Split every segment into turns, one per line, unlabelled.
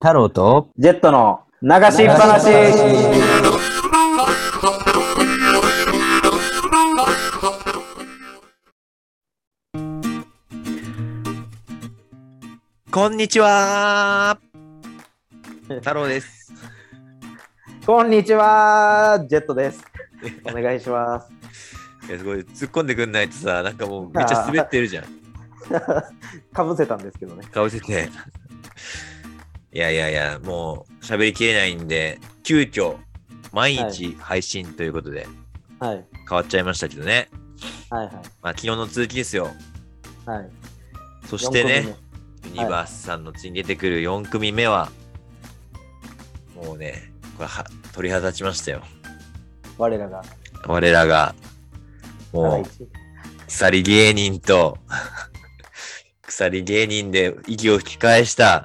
太郎と、
ジェットの流しっぱなし。
こんにちは 太郎です。
こんにちは、ジェットです。お願いします。
いやすごい突っ込んでくんないとさ、なんかもうめっちゃ滑ってるじゃん、
かぶせたんですけどね。
かぶせて。 いやいやいや、もう喋りきれないんで、急遽毎日配信ということで
はい。
変わっちゃいましたけどね。
はい
まあ昨日の続きですよ。
はい。はい。
そしてね、ユ
目
ニバースさんの次に出てくる4組目は、もうね、これは鳥肌立ちましたよ。
我らが、
我らが、もう、鎖芸人と鎖芸人で息を吹き返した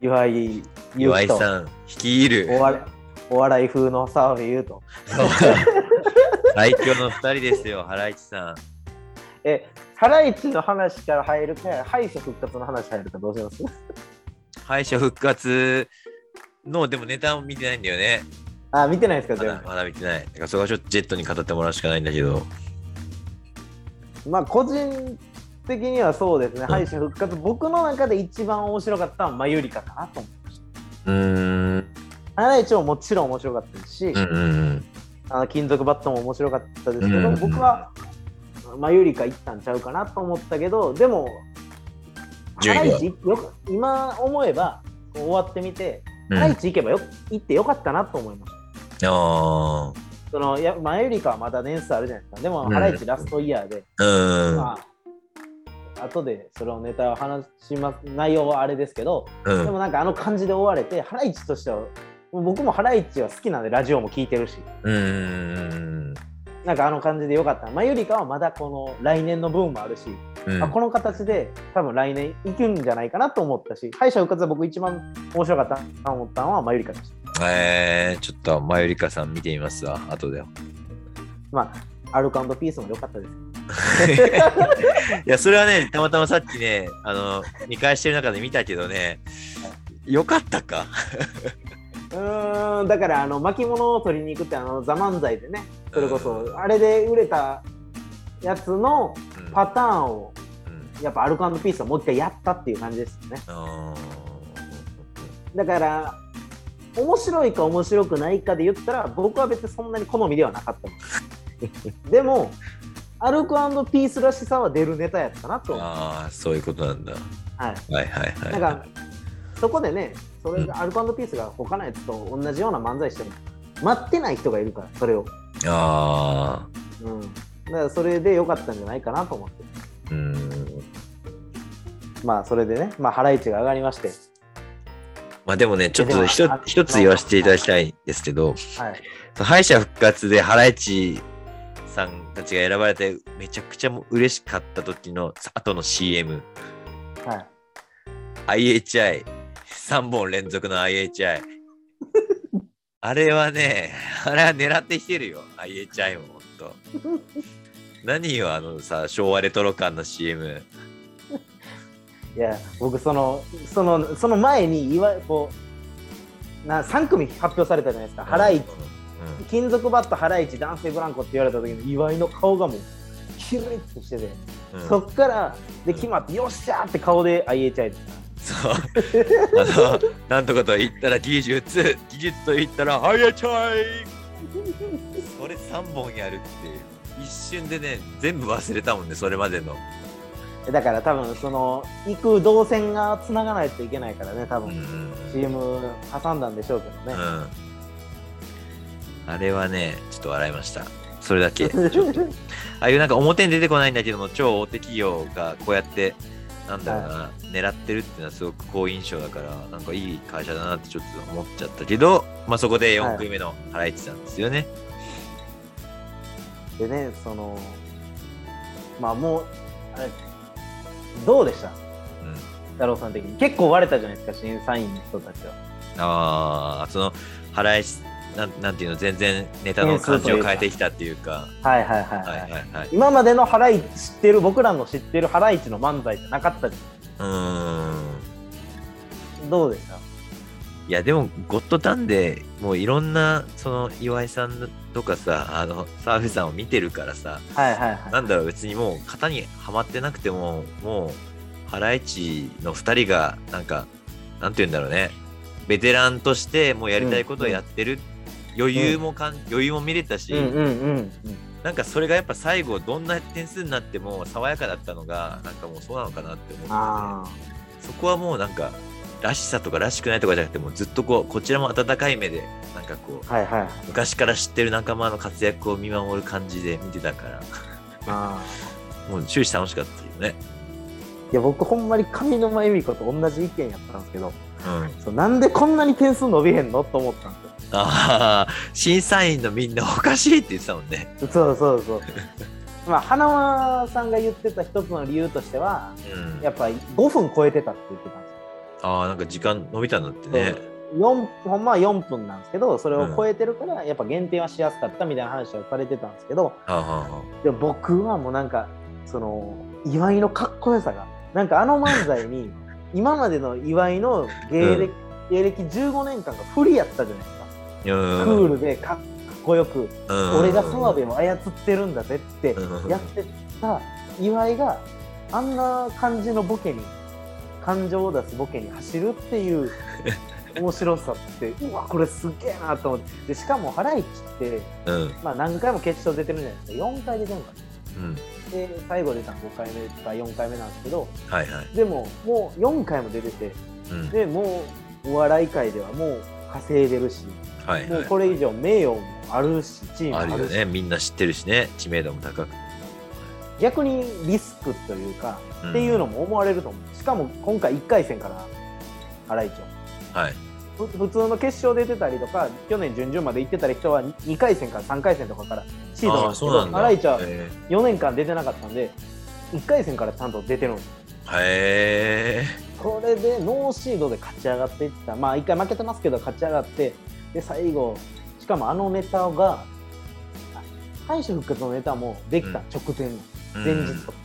岩井
岩井
ん
さん率いる
おわ。お笑い風の澤部優と。
最強の2人ですよ原市さん
え、ハライチの話から入るか、敗者復活の話入るかどうします
敗者復活のでもネタも見てないんだよね
あ、見てないですか、
ま
全
だ
部。
まだ見てないだからそこはちょっとジェットに語ってもらうしかないんだけど
まあ、個人的にはそうですね、敗者復活、僕の中で一番面白かったのは、まゆりかかなと思って。
うーん
ハライチももちろん面白かったですし、
うんうん
あの金属バットも面白かったですけど、
うん
僕はマユリカ行ったんちゃうかなと思ったけどでも
順位
ハ
は
ライチよく今思えばこう終わってみて、
うん
ハラ
あ
イチ行けばよ行ってよかったなと思いました。
あ
そのやマユリカはまだ年数あるじゃないですかでも、
うん
ハライチラストイヤーで、
うん
まあ後でそのネタを話します内容はあれですけど、
う
で
ん
もなんかあの感じで終われてハライチとしてはもう僕もハライチは好きなんでラジオも聞いてるし
うん
なんかあの感じでよかった。まあ、ゆりかはまだこの来年の分もあるし、
うん
あこの形で多分来年行くんじゃないかなと思ったし、敗者復活は僕一番面白かったなと思ったのはまゆりかでした。
えー、ちょっとマユリカさん見てみますわ後で
まあ、アルコピースも良かったです。
いや、それはね、たまたまさっきね、あの、見返してる中で見たけどね、よかったか。
うーん、だからあの巻物を取りに行くってあのザ漫才でね、それこ
う
そ
ん
あれで売れたやつの
うん
パターンを
うん
やっぱアルコピースはもう一回やったっていう感じですよね。
あ
だから面白いか面白くないかで言ったら僕は別にそんなに好みではなかったん ですでも歩くピースらしさは出るネタやったな
ー
と、は、
あー、そういうことなんだ。はいいはいはい。
なんかそこでねそれが歩くピースが他のやつと同じような漫才しても待ってない人がいるからそれを、
あ
うん、だからそれで良かったんじゃないかなと思って
あ、うん。
まあそれでねまあハライチが上がりまして
まあでもね、ちょっと
で
一
もあ
つ一つ言わせていただきたいんですけど、
はい
敗者復活でハライチさんたちが選ばれて、めちゃくちゃもう嬉しかった時の後の CM、
はい
IHI、3本連続の IHI。あれはね、あれは狙ってきてるよ、IHI も、ほんと。何よ、あのさ、昭和レトロ感の CM。
いや僕そのそのその前にいわこうな3組発表されたじゃないですかハライチ
う
金属バットハライチ男性ブランコって言われた時の岩井の顔がもうキリッとしてて、
んうん
そっからで決まってよっしゃーって顔で IHI です
そう。あの、なんとかと言ったら技術、技術と言ったら IHI! それ3本やるっていう。一瞬でね、全部忘れたもんね、それまでの。
だから多分その行く動線がつながないといけないからね多
うんう
分、
ん
CM 挟んだんでしょうけどね、
うんあれはね、ちょっと笑いました。それだ け。ちょっとああいうなんか表に出てこないんだけども、超大手企業がこうやって、なんだろうな、狙ってるっていうのはすごく好印象だから、なんかいい会社だなってちょっと思っちゃったけど、まあそこで4組目のハライチさんですよね。
でねそのまあもうあれどうでした
うん
太郎さん的に結構割れたじゃないですか審査員の人たちは
ああ、そのハライチ、なんなんていうの、全然ネタの感じを変えてきたっていうか、
はいはいはい、
は
はいい
はいはい。
今までのハライチ知ってる僕らの知ってるハライチの漫才じゃなかったじゃ
うーん。
んどうでした
いやでもゴッドタンでもういろんなその岩井さんとかさあの澤部さんを見てるからさ、
はいはいはい。
なんだろう別にもう型にはまってなくてももうハライチの2人がなんかなんて言うんだろうねベテランとしてもうやりたいことをやってる、余裕もかん、余裕も見れたし、
うんうんうん
なんかそれがやっぱ最後どんな点数になっても爽やかだったのがなんかもうそうなのかなって思って、
ああ。
そこはもうなんからしさとからしくないとかじゃなくてもうずっとこうこちらも温かい目でなんかこう
はいはい。
昔から知ってる仲間の活躍を見守る感じで見てたから
ああ。
もう終始楽しかったよね。
いや、僕ほんまに上沼恵美子と同じ意見やったんですけど、
うん
そうなんでこんなに点数伸びへんのと思ったんですよ。
ああ、審査員のみんなおかしいって言ってたもんね。
そうそう そう。まあ、花輪さんが言ってた一つの理由としては、
うん。
やっぱり5分超えてたって言ってたんですよ。
ああ、なんか時間伸びたんだってね。
4ほんまは4分なんですけどそれを超えてるからやっぱ減点はしやすかったみたいな話をされてたんですけど
はあはあは
でも僕はもうなんかその岩井のかっこよさがなんかあの漫才に 今までの岩井の芸歴,、芸歴15年間が不利やったじゃないですか、
あ。うん。
クールでかっこよく、
うん
俺が澤部を操ってるんだぜって
うん
やってた岩井があんな感じのボケに感情を出すボケに走るって いう面白さってうわこれすげえなと思ってでしかもハライチって、
うん。
まあ、何回も決勝出てるじゃないですか4回出てるのか
うん。
なで最後出たの5回目か4回目なんですけど
はいはい。
でももう4回も出てて
うん。
でもうお笑い界ではもう稼いでるし
はい
もう
は
これ以上名誉もあるしチー
い。
ムも
あ
あ
る
る
よ
し
ね。みんな知ってるしね。知名度も高く。
逆にリスクというか、
うん
っていうのも思われると思うしかも今回1回戦から新井町
はい。
ふ普通の決勝で出てたりとか去年準々まで行ってたり人は2回戦から3回戦とかからシードなん
あ
で
あ、
すけ
そうなん
ど
だ。
新井町は
へ
4年間出てなかったんで1回戦からちゃんと出てるんです
え。へ
これでノーシードで勝ち上がっていったまあ1回負けてますけど勝ち上がってで最後しかもあのネタが敗者復活のネタもできた
うん
直前の
えうん
前日とか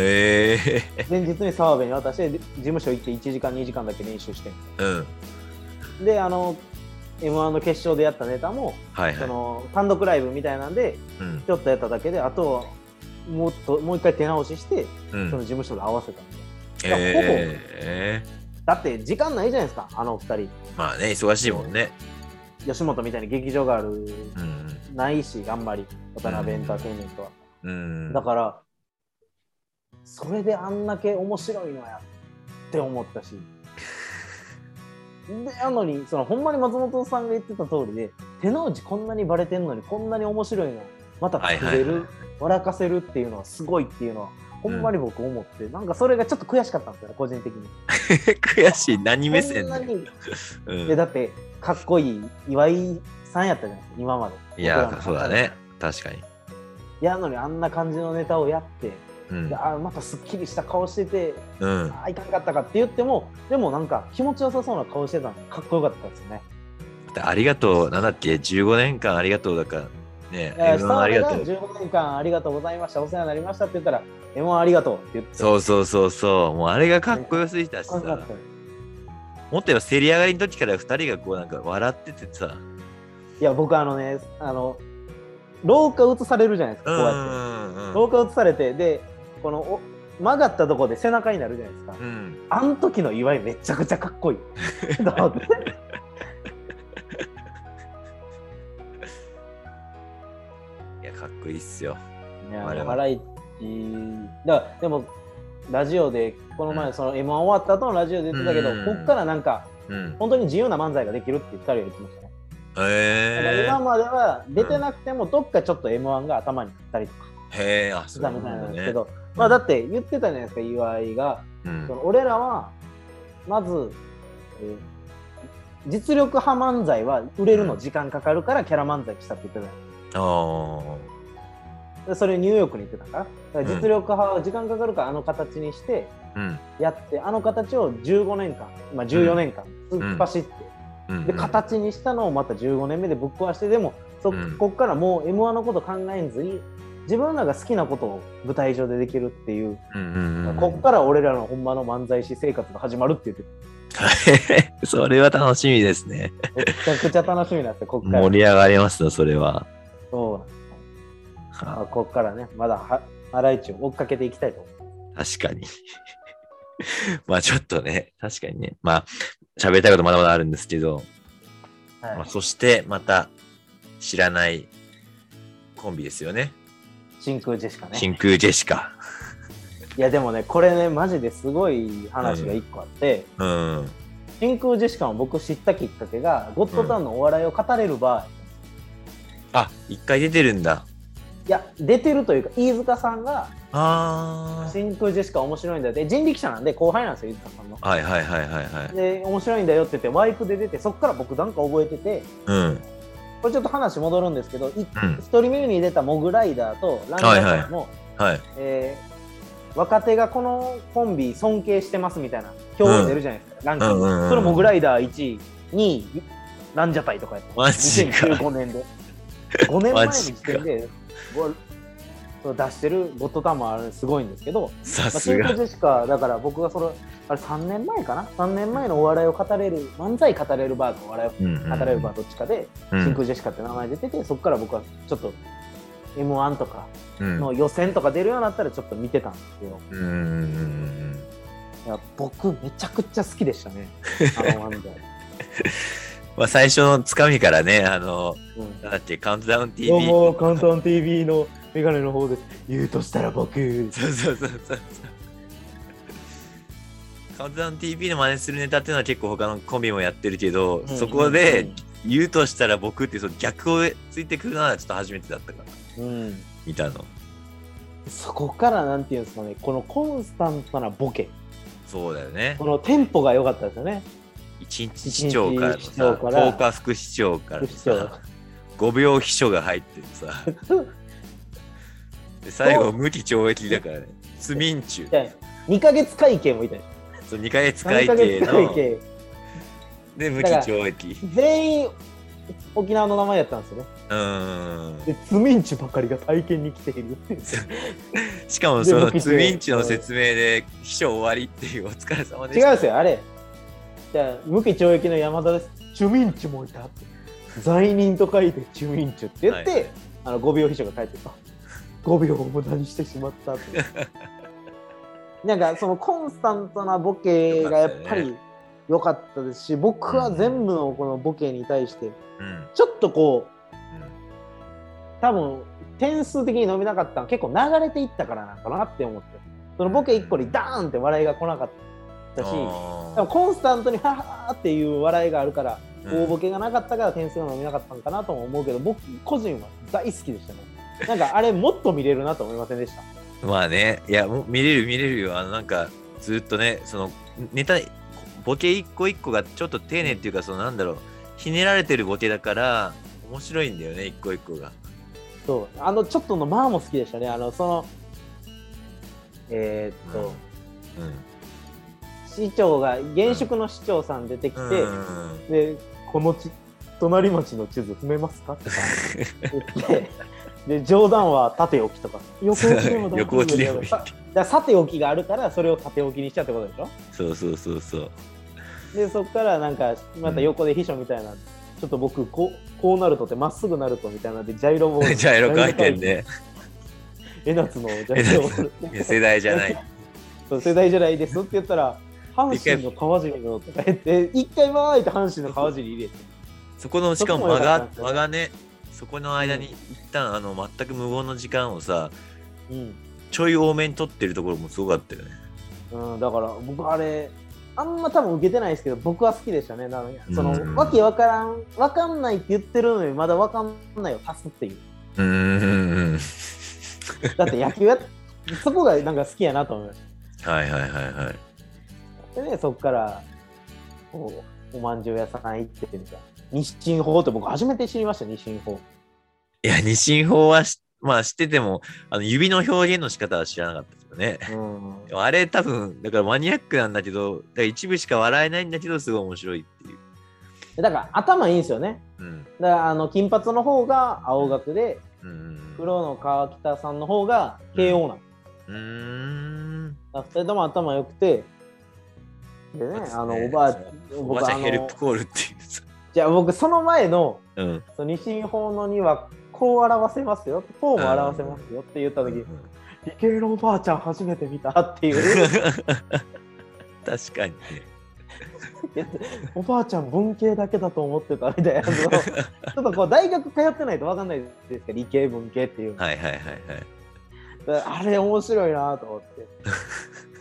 へえ。
前日に澤部に渡してで事務所行って1時間2時間だけ練習して
うん。
であの m 1の決勝でやったネタも
はい
そ
は
の単独ライブみたいなんで
い。うん。
ちょっとやっただけであとはもっともう一回手直しして
う
その
ん。
事務所で合わせたんで
へ
やほぼ
え。
だって時間ないじゃないですかあの二人
まあね、忙しいもんね。
吉本みたいに劇場がある
うん。
ないしあんまり渡辺エンターテインメントは、
うん。
だからそれであんだけ面白いのやって思ったしでなのにそのほんまに松本さんが言ってた通りで手の内こんなにバレてんのにこんなに面白いのまた作
は
れる、
いはいはい
笑かせるっていうのはすごいっていうのはほんまに僕思って、なんかそれがちょっと悔しかったんですよね個人的に。
悔しい。何目線
こん
だ
な
よ
に
う
い
ん
やだってかっこいい岩井さんやったじゃないですか今まで。
いや、
僕らの中
そうだ
で
ね。。確かに。
いやなのにあんな感じのネタをやって、
うん
で。あまたすっきりした顔してて
うん。
あいかんかったかって言ってもでもなんか気持ちよさそうな顔してたのかっこよかったですよね。
ありがとう、なんだっけ、15年間ありがとうだから、ね、
えー
M1 ありがとう。
下の子が15年間ありがとうございましたお世話になりましたって言ったら「M1 ありがとう」って言って
そうそうそうそう、もうあれがかっこよすぎたし
か
さ、
っこよか
もった
っよ
と言えば競り上がりの時から2人がこうなんか笑っててさ、
いや僕あのねあの廊下映されるじゃないです
う
か
ん
こうやって。
うんうん
廊下映されてでこのお曲がったとこで背中になるじゃないですか。
うん。
あん時の岩井めちゃくちゃかっこい い。と思って
いや、かっこいいっすよ。
いや
我々
ハライチだからでもラジオでこの
う
前
ん
その M1 終わった後のラジオで言ってたけど、
うん
こっからなんか
うん。
本当に自由な漫才ができるって言ったりは言ってましたね、
へえ
だから今までは出てなくてもどっかちょっと M1 が頭にいったりとか
へえ、あ、
し
そ
て
うな
たみたいなんん
だ
ですけ
ね。
ど、まあだって言ってたじゃないですか岩井が、
うん
その俺らはまず、えー実力派漫才は売れるの時間かかるからキャラ漫才にしたって言ってたじゃないですか
あー
でそれニューヨークに行ってたからだから実力派は時間かかるからあの形にして
うん。
やって、あの形を15年間、まあ、14年間突っ走って、
うん。
で形にしたのをまた15年目でぶっ壊してでもそ
うん
こっからもう m 1のこと考えずに自分らが好きなことを舞台上でできるっていう、
うんうんうん。
こっから俺らのほんまの漫才師生活が始まるって言って
それは楽しみですね。
めちゃくちゃ楽しみなんですよ、こっから。
盛り上がりますよ、それは。
そうなんですまあ
は
こっからね、まだはハライチを追っかけていきたいと思う。
確かに。まあちょっとね、確かにね。まあ、喋りたいことまだまだあるんですけど、
はい
まあ、そしてまた知らないコンビですよね。
真空ジェシカね。
真空ジェシカ。
いやでもね、これね、マジですごい話が一個あって、
うん。
真空ジェシカを僕知ったきっかけが、ゴッドタウンのお笑いを語れる場合、
あ、一回出てるんだ。
いや、出てるというか、飯塚さんが、
あー。
真空ジェシカ面白いんだよって、人力車なんで後輩なんですよ、飯塚さんの。
はいはいはいはいはい。
で、面白いんだよって言って、ワイプで出て、そっから僕なんか覚えてて、
うん。
これちょっと話戻るんですけど、い一
うん。
人目に出たモグライダーとランダーさんも、
はい。
えー若手がこのコンビ尊敬してますみたいな表現出るじゃないですか、ランキング、
うんうんうん
それもグライダー1位2位ランジャタイとかやった
マジか
2015年で5年前の
マジ
時
か
点でごそう出してるゴッドタウンもあれすごいんですけど、
さ
まあ、
す
真空
が
ジ。ェシカだから僕がそのあれ3年前かな3年前のお笑いを語れる漫才語れるバーかお笑いを
うんうん
語れるバーどっちかで、真空ジェシカって名前出ててそこから僕はちょっと m 1とか
うん
の予選とか出るようになったらちょっと見てたんですけど
うんうんうんうんうん。
いや僕めちゃくちゃ好きでしたねあの漫 才、
まあ、最初のつかみからね、あの、
うん
なんだっけ、カウントダウン TV。
どうもカウントダウン TV のメガネの方です言うとしたら僕
そうそうそうそうそう。カウントダウン TV の真似するネタっていうのは結構他のコンビもやってるけど、そこで言うとしたら僕っていうその逆をついてくるのはちょっと初めてだったから、
うん、うん
見たの。
そこからなんていうんですかねこのコンスタントなボケ
そうだよね
こ。のテンポが良かったですよね
一日市長からの
一日
さ、
市長から
10日副市長からの
副市長
さ、5秒秘書が入ってるさ。で最後、無期懲役だからね。スミンチュ。
2ヶ月会計もいたでし
そう2ヶ月
ょ
会計
二ヶ月会
の、
計
で、無期懲役。
全員沖縄の名前やったんですよね
うーん。
でツミンチばかりが体験に来て いるっていう
しかもその
で
ツインチの説明で秘書終わりっていうお疲れ様でし
違
た。
うんですよあれじゃあ無期懲役の山田ですチュミンチュもいたって罪人と書いてチュミンチュって言って、
はいはい
あの5秒秘書が書い てた5秒を無駄にしてしまったって なんかそのコンスタントなボケがやっぱり良かったですし、僕は全部のこのボケに対して
うんうん
ちょっとこう多分点数的に伸びなかったの結構流れていったからなんかなって思ってそのボケ1個にダーンって笑いが来なかったし、
あ
でも
ー
コンスタントにハハーっていう笑いがあるから、
うん
大ボケがなかったから点数が伸びなかったのかなとも思うけど僕個人は大好きでしたねなんかあれもっと見れるなと思いませんでした
まあね、いや、もう見れる見れるよ。あのなんかずっとね、そのネタ、ボケ一個一個がちょっと丁寧っていうか、そのなんだろう、ひねられてるボケだから、面白いんだよね、一個一個が。
そうあのちょっとのまあも好きでしたねあのそのえーっと、
うん。
市長が現職の市長さん出てきて、
うん
でこのち隣町の地図踏めますかとか言 ってで冗談は縦置きとか横置きでも大
横
丈夫
置き
だ
で
よ
もい
だ
い
から縦置きがあるからそれを縦置きにしたってことでしょ
そうそうそうそう。
でそこからなんかまた横で秘書みたいな、ちょっと僕こうこうなるとってまっすぐなるとみたいなのでジャイロボ ール
ジャイロ回転で、
えなつのジャイロボール
いや世代じゃない。
そう世代じゃないですって言っ たら阪神の川尻のとか言って一回わーいって阪神の川尻入れて
そこのしかも
そこ
間
も良かった
が
ですね
間がねそこの間に一旦あの全く無言の時間をさ
うん
ちょい多めに取ってるところもすごかったよね
うん、だから僕あれあんま多分受けてないですけど僕は好きでしたねなのでその、
うん
わけわからんわかんないって言ってるのにまだわかんないを足すっ ていう
うーん
だって野球やそこがなんか好きやなと思いまし
はいはいはいはい
たでねそこからこうおまんじゅう屋さん行ってみたいな日清法って僕初めて知りました日清法
いや日進法はしまあ知っててもあの指の表現の仕方は知らなかったけどね
うん
でもあれ多分だからマニアックなんだけどだから一部しか笑えないんだけどすごい面白いっていう、
だから頭いいんですよね
うん、
だからあの金髪の方が青学で
うんうんうん
黒の川北さんの方が慶応なんです
うーん
だから二人とも頭良くてでね、あの
ね
おばあ
おばあ
僕
ちゃ
あ
んヘル
の
プコールっていうさ。
じゃあ僕その前の
うん。
その西日本のにはこう表せますよこうも表せますよって言った時理系のおばあちゃん初めて見たっ ていう
確かにね。
おばあちゃん文系だけだと思ってたみた いなそのちょっとこう大学通ってないと分かんないですけど理系文系っていう
はいはいはいはい。
あれ面白いなと思って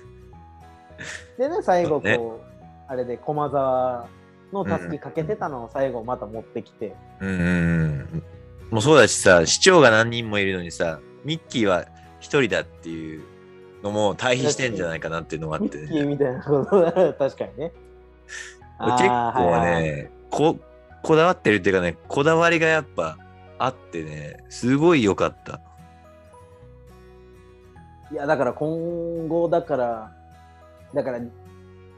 でね最後こう
そう
あれで駒沢のたすきかけてたのを最後また持ってきて、
うんうんうん。もうそうだしさ、市長が何人もいるのにさ、ミッキーは一人だっていうのも対比してんじゃないかなっていうのもあっ
ミ
て
ッ
ね、
キーみたいなこと確かに
これ
ね
結構
あーはいはい
ねこ、こだわってるっていうかね、こだわりがやっぱあってね、すごい良かった。
いやだから今後だからだから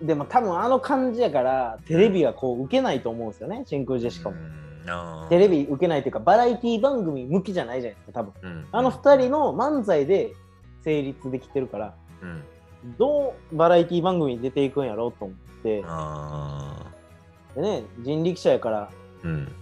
でも多分あの感じやからテレビはこう受けないと思うんですよね真空ジェシカも、
うんあー
テレビ受けないというかバラエティ番組向きじゃないじゃないですか多分
うん
あの2人の漫才で成立できてるから
うん
どうバラエティ番組に出ていくんやろうと思って
あ
でね人力車やから
ーうん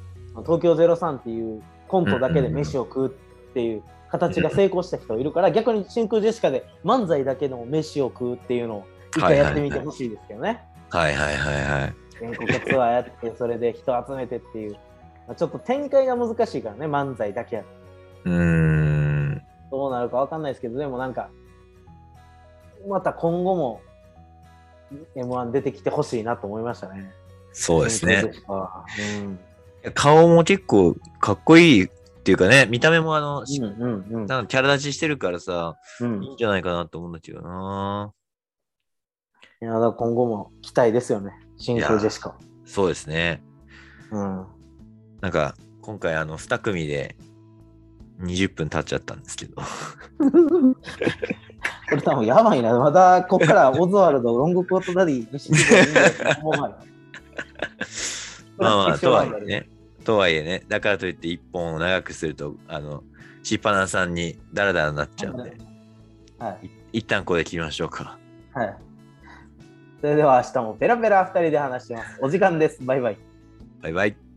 東京03っていうコントだけで飯を食うっていう形が成功した人いるから逆に真空ジェシカで漫才だけの飯を食うっていうのを一回やってみてほしいですけどね
はいはいはいはい。
全国ツアーやってそれで人集めてっていうまあちょっと展開が難しいからね漫才だけやと
うーん。
どうなるかわかんないですけどでもなんかまた今後も m 1出てきてほしいなと思いましたね。
そうですね。
うん。
顔も結構かっこいいっていうかね、見た目もあの、
うんうんうん
なんかキャラ立ちしてるからさ、
うん。
い
い
いんじゃないかなと思うんだけどな。
やだから今後も期待ですよね。真空ジェシカ。
そうですね。
うん。
なんか、今回あの、2組で20分経っちゃったんですけど。
これ多分やばいな。まだここからオズワルド、ロングコートダディ、西口もうまい。
まあまあ、とはいえね。とはいえね、だからといって1本を長くすると、あの、しっぱなさんにダラダラになっちゃうんで、
はい
一旦これで切りましょうか。
はい。それでは明日もペラペラ2人で話してます。お時間です。バイバイ。
バイバイ。